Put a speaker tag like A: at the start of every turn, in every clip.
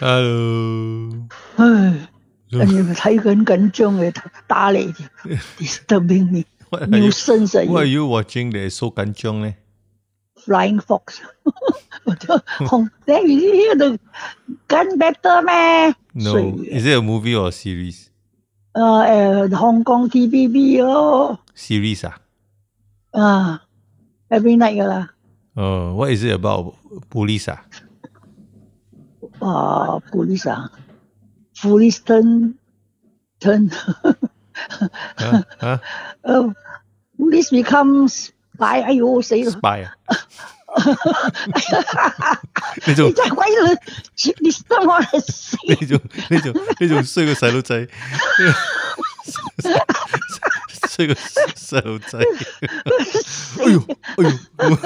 A: Hello，
B: 哎，
A: 嗯
B: 你们台人跟中的打雷的，disturbing me。
A: what are you
B: Nuisance are
A: what are
B: you
A: you watching that is so eh? 紧张呢？
B: flying fox？我就哦红，那你那个 gun better 咩？所
A: No.
B: 以
A: Is it a movie or a series?
B: 呃呃，香港 TVB 哦，
A: Series 啊？
B: 啊，every night 噶啦，
A: 哦、w h a t is it about? Police 啊？
B: 啊，police 啊，police turn turn，
A: 啊啊
B: 呃，police becomes spy，哎呦死了！
A: ，Spy 啊？呢 種
B: 你真係鬼佬，你心我嚟死！
A: 呢種呢種呢種衰個細路仔， 衰個細路仔。哎呦哎呦！我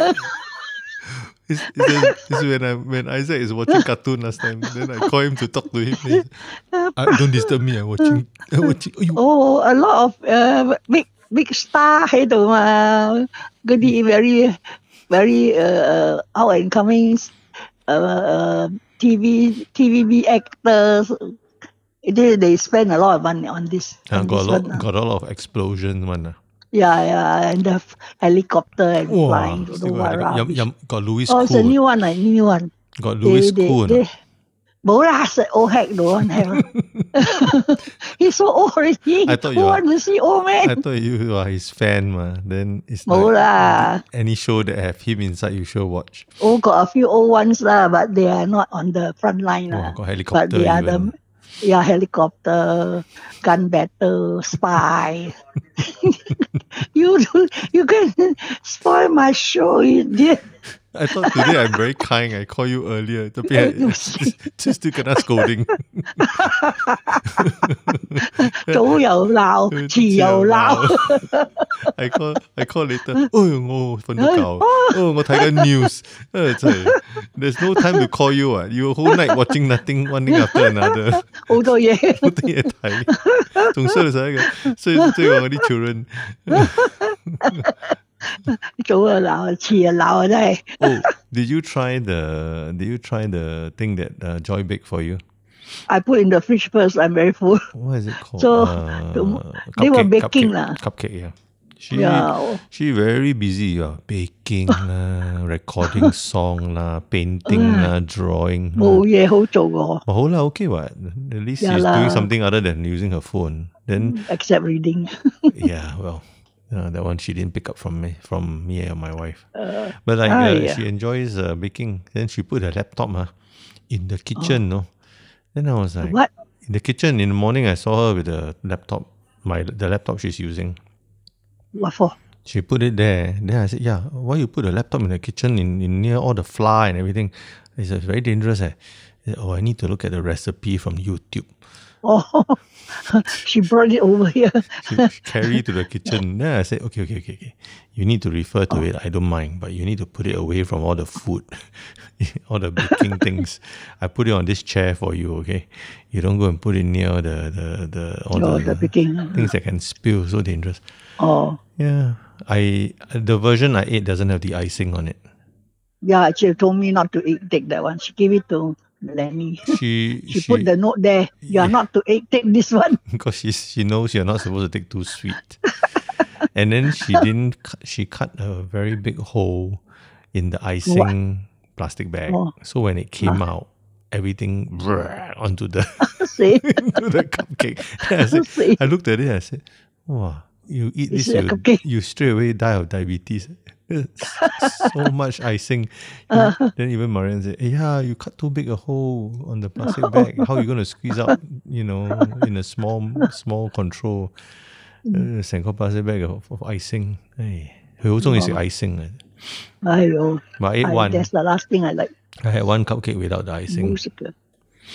A: This, this, this is when I when Isaac is watching cartoon last time. Then I call him to talk to him. He- I, don't disturb me. I'm watching. I'm watching. 哎呦！
B: Oh, a lot of uh, big big star eh, 喺度嘛，嗰啲 very very 誒、uh, out and coming 誒、uh, TV TVB actors，they they spend a lot of money on this.
A: Uh,
B: on
A: got a
B: this
A: lot,
B: one, ah.
A: got a lot of explosion one. ah.
B: Yeah, yeah, and the helicopter and
A: Wow,
B: flying. don't
A: still
B: know what
A: got, got, yum,
B: rubbish.
A: yum, got Louis
B: Oh, it's a
A: Kuhn.
B: new one, a new one.
A: Got Louis ah.
B: they,
A: Kuhn.
B: They, they,冇啦，食 old hack 到 one hack 。He's so old already.
A: I thought you
B: Who
A: are-
B: want to see old
A: I
B: man？
A: thought you are his fan, ma. Then it's
B: 冇
A: like um,
B: 啦。
A: any show that have him inside, you sure watch.
B: Oh, got a few old ones lah, but they are not on the front line lah.
A: Wow, got
B: But
A: helicopter
B: they are
A: even.
B: the yeah helicopter, gun battle, spy. you do- you can spoil my show, you dear.
A: I thought today I'm very kind. I call you earlier. The
B: you see.
A: just to kena scolding.
B: 早又鬧， 遲又鬧，
A: I call I call later. 哎呦，我瞓到覺。哦，我睇緊 news。真係，there's no time to call you ah. 啊。You whole night watching nothing one thing after another。
B: 好多嘢。
A: 冇啲嘢睇，仲衰到使一個，衰-衰過我啲 children。
B: 早又鬧，遲又鬧，真係
A: Oh, did you try the did you try the thing that uh, Joy baked for you?
B: I put in the fridge first. I'm very full.
A: What is it called?
B: So,
A: Uh,
B: they were
A: cupcake,
B: baking
A: cupcake,
B: lah.
A: Cupcake, yeah. She
B: Yeah.
A: she very busy. Yeah, baking lah, recording song lah, painting
B: Mm.
A: lah, drawing.
B: 冇嘢好做喎
A: But hold okay what? At least
B: Oh. Yeah
A: she's doing
B: lah.
A: something other than using her phone. Then
B: ，except reading。
A: yeah, well, uh, that one she didn't pick up from me, from me and my wife. but like,
B: ah,
A: uh,
B: yeah.
A: she enjoys uh, baking. Then she put her laptop uh, in
B: Oh.
A: the kitchen. No, then I was like,
B: What?
A: In the kitchen in the morning, I saw her with the laptop, my the laptop she's using.
B: What for?
A: She put it there. Then I said, Yeah, why you put the laptop in the kitchen in, in near all the flour and everything? It's uh, very dangerous. Eh? She said, oh, I need to look at the recipe from YouTube.
B: Oh, she brought it over here.
A: She, she carry to the kitchen. Then I said, okay, okay, okay, okay. You need to refer to it. I don't mind, but you need to put it away from all the food, all the baking things. I put it on this chair for you, okay? You don't go and put it near the the the all
B: Oh, the
A: the,
B: baking.
A: things that can spill. So dangerous.
B: Oh,
A: Yeah, I the version I ate doesn't have the icing on it.
B: yeah. She told me not to eat, take that one. She gave it to Lenny.
A: She
B: She, put the note there. You are not to eat, take this one.
A: because she she knows you're not supposed to take too sweet. and then she didn't. cu- She cut a very big hole in the icing plastic bag.
B: Oh.
A: So when it came out, everything onto the
B: See,
A: into the cupcake. Then I, said-
B: See?
A: I looked at it. I said, "Wow, you eat
B: Is
A: this,
B: it a
A: you,
B: cupcake?"
A: you straight away die of diabetes." There's so much icing.
B: Uh-huh.
A: then even Marian said, "Yeah, you cut too big a hole on the plastic bag. How you gonna squeeze out? You know, in a small, small control, uh,
B: Mm.
A: 成個 plastic bag of, of icing. Hey, 佢好中意食 icing 嘅。
B: I know.
A: But I ate
B: I,
A: one.
B: that's the last thing I like.
A: I had one cupcake without the icing.
B: Music.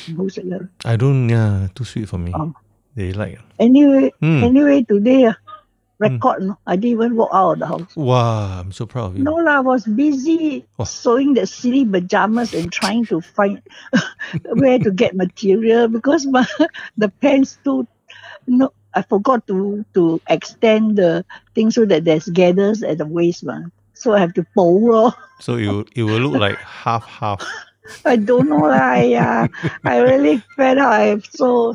B: Music.
A: I don't. Yeah, too sweet for me.
B: Oh.
A: They like.
B: Anyway,
A: Mm.
B: anyway, today uh,
A: Hmm.
B: record. No, I didn't even walk out of the house.
A: Wow, I'm so proud of you.
B: No lah, I was busy
A: Oh.
B: sewing the silly pajamas and trying to find where to get material because my the pants too. No, I forgot to to extend the thing so that there's gathers at the waist, man. So I have to bowl. lor.
A: So it will, it will look like half half
B: I don't know lah. Yeah, I really fed up. I so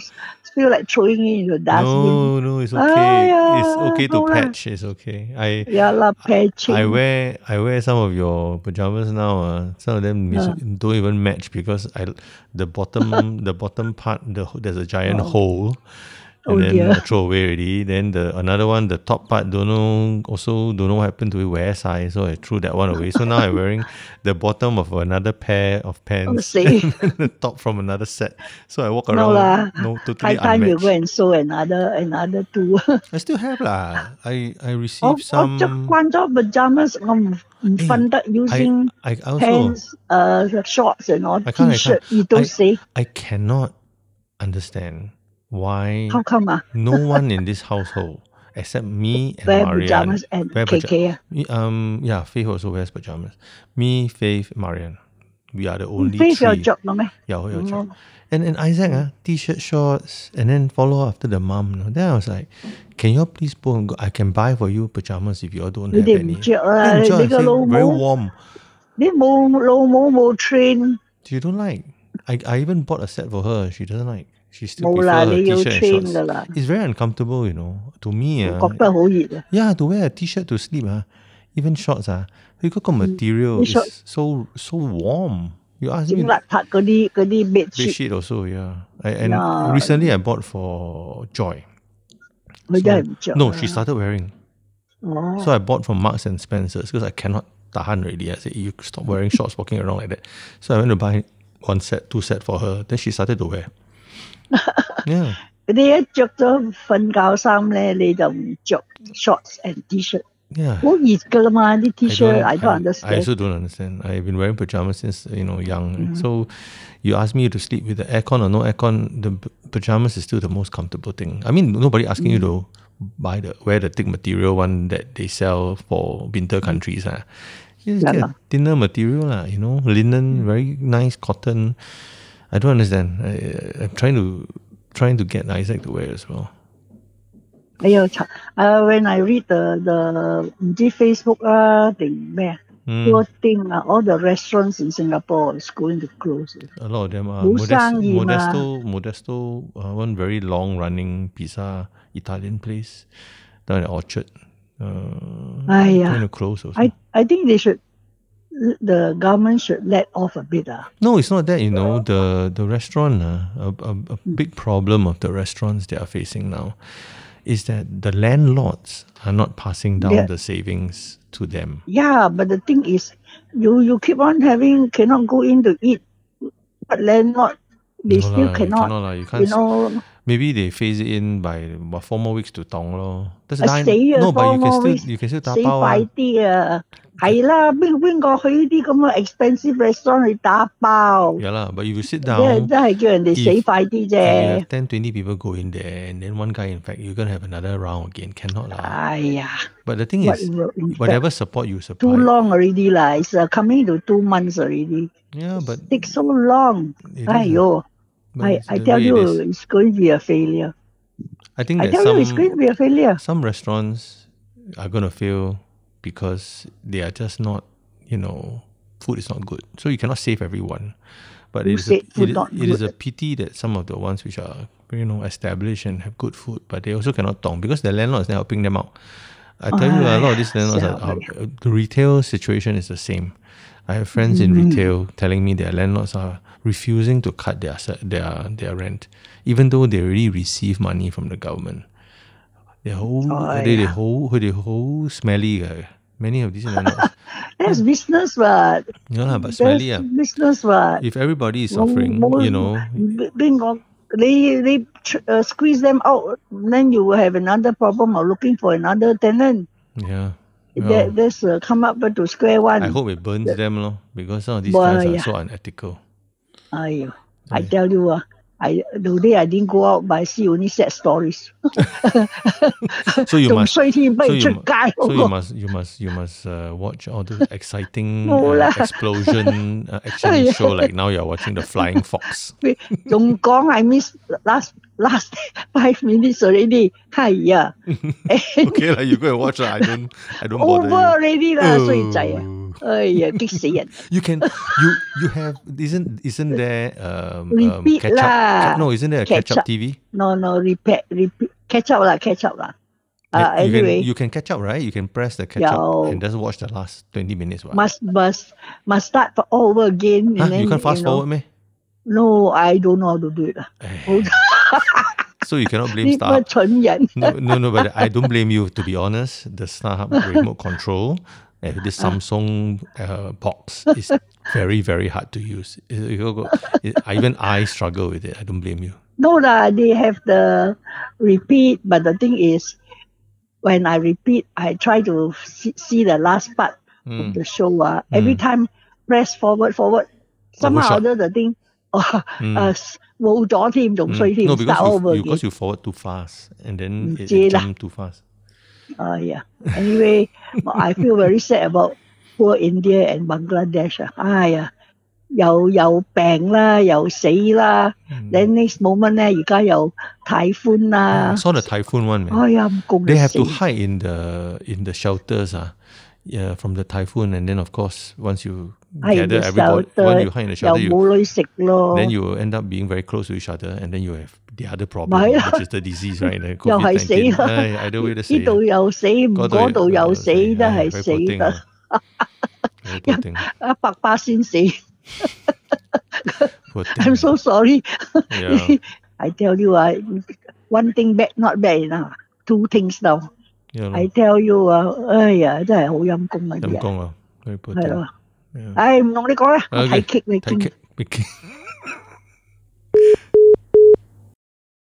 B: feel like throwing it in the dustbin.
A: No, no, it's okay.
B: Ah,
A: it's
B: yeah,
A: okay to
B: no lah.
A: patch. It's okay. I
B: Yeah, lah, patching.
A: I wear I wear some of your pajamas now. Uh, some of them mis- don't even match because I the bottom the bottom part the ho- there's a giant hole.
B: Oh,
A: And then
B: dear.
A: I throw away already. Then the another one, the top part, don't know also don't know what happened to it where size, so I threw that one away. So now I'm wearing the bottom of another pair of
B: Oh,
A: pants.
B: see,
A: the top from another set. So I walk
B: No
A: around
B: lah.
A: no
B: high
A: totally
B: time you
A: unmatched.
B: go and sew another another two.
A: I still have lah. I I
B: Or, or
A: received some. Ừ.
B: just one of pajamas um, funded
A: I
B: using
A: I also
B: pants, uh, shorts and all,
A: I can't, I
B: t-shirt.
A: can't.
B: You don't
A: I-
B: say.
A: I cannot understand why
B: How come ah?
A: no one in this household except me and
B: Wear
A: Marianne.
B: pajamas and
A: Wear paja-
B: KK. ah.
A: Me, um yeah, Faith also wears pajamas. Me, Faith, Marianne. We are the only
B: Face
A: three.
B: your job, no meh?
A: Yeah, hold your
B: Mm.
A: job. And and Isaac, ah, t-shirt shorts, and then follow after the mom. You know. Then I was like, can you all please go and go? I can buy for you pajamas if you all don't have
B: 你哋
A: any.
B: 唔着
A: Yeah,
B: 啊？
A: enjoy,
B: 你個
A: say,
B: 老
A: very
B: 母，
A: warm.
B: 你冇老母冇 train，
A: You don't like. I, I even bought a set for her. She doesn't like. She still
B: 冇啦，
A: prefers her
B: 你要
A: t-shirt and
B: train 噶
A: shorts.
B: 啦，
A: It's very uncomfortable, you know. To me,
B: 我
A: ah,
B: 覺得好熱啊！
A: yeah, to wear a t-shirt to sleep, ah, even shorts, ah, you got material
B: The
A: is
B: short-
A: so so warm. You ask
B: 整
A: me
B: 邋遢嗰啲嗰啲 bed
A: Bed
B: sheet，
A: sheet also, yeah. I, and
B: Yeah.
A: recently I bought for Joy.
B: 佢真係唔着啊。
A: No, she started wearing.
B: 哦 Oh. Ờ.
A: So I bought from Marks and Spencer's because I cannot tahan already. I said, you stop wearing shorts walking around like that. So I went to buy one set, two set for her. Then she started to wear. yeah.
B: 你一着咗瞓覺衫咧，你就唔着 shorts and T-shirt，
A: Yeah.
B: 好熱噶啦嘛啲 T-shirt，I don't
A: I
B: understand。Mm-hmm.
A: also don't understand. I've been wearing pajamas since you know young. So, you ask me to sleep with the aircon or no aircon, the p- pajamas is still the most comfortable thing. I mean, nobody asking
B: Mm.
A: you to buy the wear the thick material one that they sell for winter
B: Mm.
A: countries. Ah, you just
B: Yeah
A: get
B: lah.
A: thinner material lah. You know,
B: Mm.
A: linen, very nice cotton. I don't understand. I, I'm trying to trying to get Isaac to wear as well.
B: 哎呀，查啊，when uh, I read the the 唔知 Facebook uh, 啊定咩啊
A: Mm,
B: poor thing 啊，all uh, the restaurants in Singapore is going to close。
A: A lot of them are
B: Busan
A: Modesto,
B: Yima.
A: Modesto, Modesto uh, one very long running pizza Italian place down at Orchard. Uh,
B: Aiya.
A: Kind of close also.
B: I I think they should the government should let off a bit ah.
A: no, it's not that. You know the the restaurant. Uh, a, a, a
B: Hmm.
A: big problem of the restaurants they are facing now is that the landlords are not passing down
B: Yeah.
A: the savings to them.
B: Yeah, but the thing is, you you keep on having cannot go in to eat, but landlord they
A: no
B: still
A: lah, You
B: cannot.
A: cannot, lah, you can't
B: You know,
A: Maybe they phase it in by what, four more weeks to Tong lor. That's
B: Uh,
A: nine.
B: stay, uh,
A: No, but
B: four
A: you can
B: more
A: still
B: weeks.
A: you can still
B: 死
A: tapao. ah.
B: 快啲啊！係啦，邊邊個去呢啲咁嘅 expensive restaurant 去打包？
A: Yeah, lah, but if you sit
B: 即係
A: down,
B: 真係叫人哋
A: if-
B: 死快啲
A: and you
B: 啫
A: have！10, 20 people go in there, and then one guy, in fact, you're going to have another round again. Cannot. lah.
B: 哎呀
A: But the thing
B: ，what
A: is,
B: will in fact
A: whatever support you supply.
B: too long already lah. It's uh, coming to two months already.
A: Yeah, but.
B: Take so long.
A: it is- uh,
B: 哎呦！
A: but
B: I,
A: it's
B: I
A: the
B: tell
A: way it
B: you,
A: is.
B: it's going to be a failure.
A: I think
B: I
A: that
B: tell you, it's going to be
A: some,
B: a failure.
A: some restaurants are going to fail because they are just not, you know, food is not good. So you cannot save everyone. But
B: Who
A: it is, a,
B: said food
A: it, is-
B: not
A: it is
B: good?
A: a pity that some of the ones which are, you know, established and have good food, but they also cannot tong because the landlord's not helping them out. I tell you, a lot of these landlords are, are the retail situation is the same. I have friends
B: Mm-hmm.
A: in retail telling me their landlords are refusing to cut their se- their their rent, even though they already receive money from the government. They're whole,
B: Oh,
A: they, they
B: yeah.
A: whole, they whole smelly. guy. er Many of these landlords,
B: That's business, but
A: no lah, but
B: that's
A: smelly. Hmm. ah.
B: business, but
A: If everybody is suffering, you know,
B: bingo. They they tr- uh, squeeze them out, then you will have another problem of looking for another tenant.
A: yeah. well,
B: That that's uh, come up to square
A: I
B: one.
A: hope it burns them, lor, because some of these
B: Well,
A: guys are
B: yeah.
A: so unethical.
B: I, I
A: Yeah.
B: tell you, uh, I today I didn't go out, but I see only sad stories.
A: So you must
B: 仲衰添，不如
A: so you mu-
B: 出街好
A: So
B: 過。
A: you must, you must, you must uh, watch all those exciting
B: No
A: uh,
B: lah.
A: explosion uh, action
B: Yeah.
A: show. Like now you're watching the Flying Fox.
B: 仲講 I miss last last five minutes already. 係啊，
A: Okay, like you go and watch. lah. I don't, I don't
B: over
A: bother. you.
B: already 啦，衰仔啊！
A: Oh. you.
B: ơi giờ tức死人
A: You can you you have isn't isn't there um, um
B: Repeat
A: catch up?
B: lah.
A: No, isn't there a catch up
B: Catch-up.
A: TV?
B: no no repeat repeat catch up lah catch up lah uh,
A: you
B: anyway
A: can you can catch up, right? You can press the catch
B: Yeah. oh.
A: up and just watch the last twenty minutes. What?
B: must must must start for all over again
A: Huh?
B: and then
A: you can't fast
B: know,
A: forward, meh?
B: no I don't know how to do it lah
A: Eh. so you cannot blame
B: 你不
A: Starhub.
B: 蠢人
A: No, no, no, but I don't blame you. To be honest, the Starhub remote control, eh, this Samsung uh, box is very, very hard to use. It- it- it- I- even I struggle with it. I don't blame you.
B: No lah, they have the repeat, but the thing is, when I repeat, I try to see, see the last part of
A: Mm.
B: the show. Uh, Every time, press forward, forward. Somehow or
A: Overshot.
B: other, the thing, oh,
A: Mm.
B: uh, s- 冇咗添，仲衰添，
A: Hmm. No,
B: start
A: because
B: over
A: you, you,
B: again.
A: because you forward too fast and then it,
B: Jay
A: it
B: lah.
A: jumped too fast.
B: Uh, yeah. Anyway, I feel very sad about poor India and Bangladesh. ah. Ai呀，又又病啦，又死啦。Then
A: Hmm.
B: next moment eh,
A: I
B: 咧，而家又睇寬啦。
A: saw the typhoon one,
B: Oh,
A: man.
B: 哎呀，唔共你
A: Hmm, they have to
B: 死。
A: hide in the in the shelters ah, yeah, from the typhoon and then of course once you
B: 係嘅
A: gather everybody
B: ，shelter oh.
A: when you hide in the
B: 又
A: shelter you,
B: 冇女食咯，
A: then you will end up being very close to each other and then you have the other problem
B: 咪係咯。
A: which is the disease right the
B: 又係死啦。
A: COVID-19 唉 either way 都死
B: 呢度又死，唔嗰度
A: uh,
B: 又死，真係死得
A: ah. 一
B: 一百巴先 死。I'm
A: I'm
B: so sorry.
A: yeah
B: I tell you 啊，one thing bad not bad enough. Two things now.
A: yeah
B: I tell you 啊，哎呀，真係好嗯陰功啊啲人，
A: ah. 陰公啊，very poor
B: 係
A: thing
B: 咯。
A: Yeah.
B: 唉，唔同你講啦，我
A: Okay，
B: 睇劇你
A: 睇
B: 見。
A: 劇，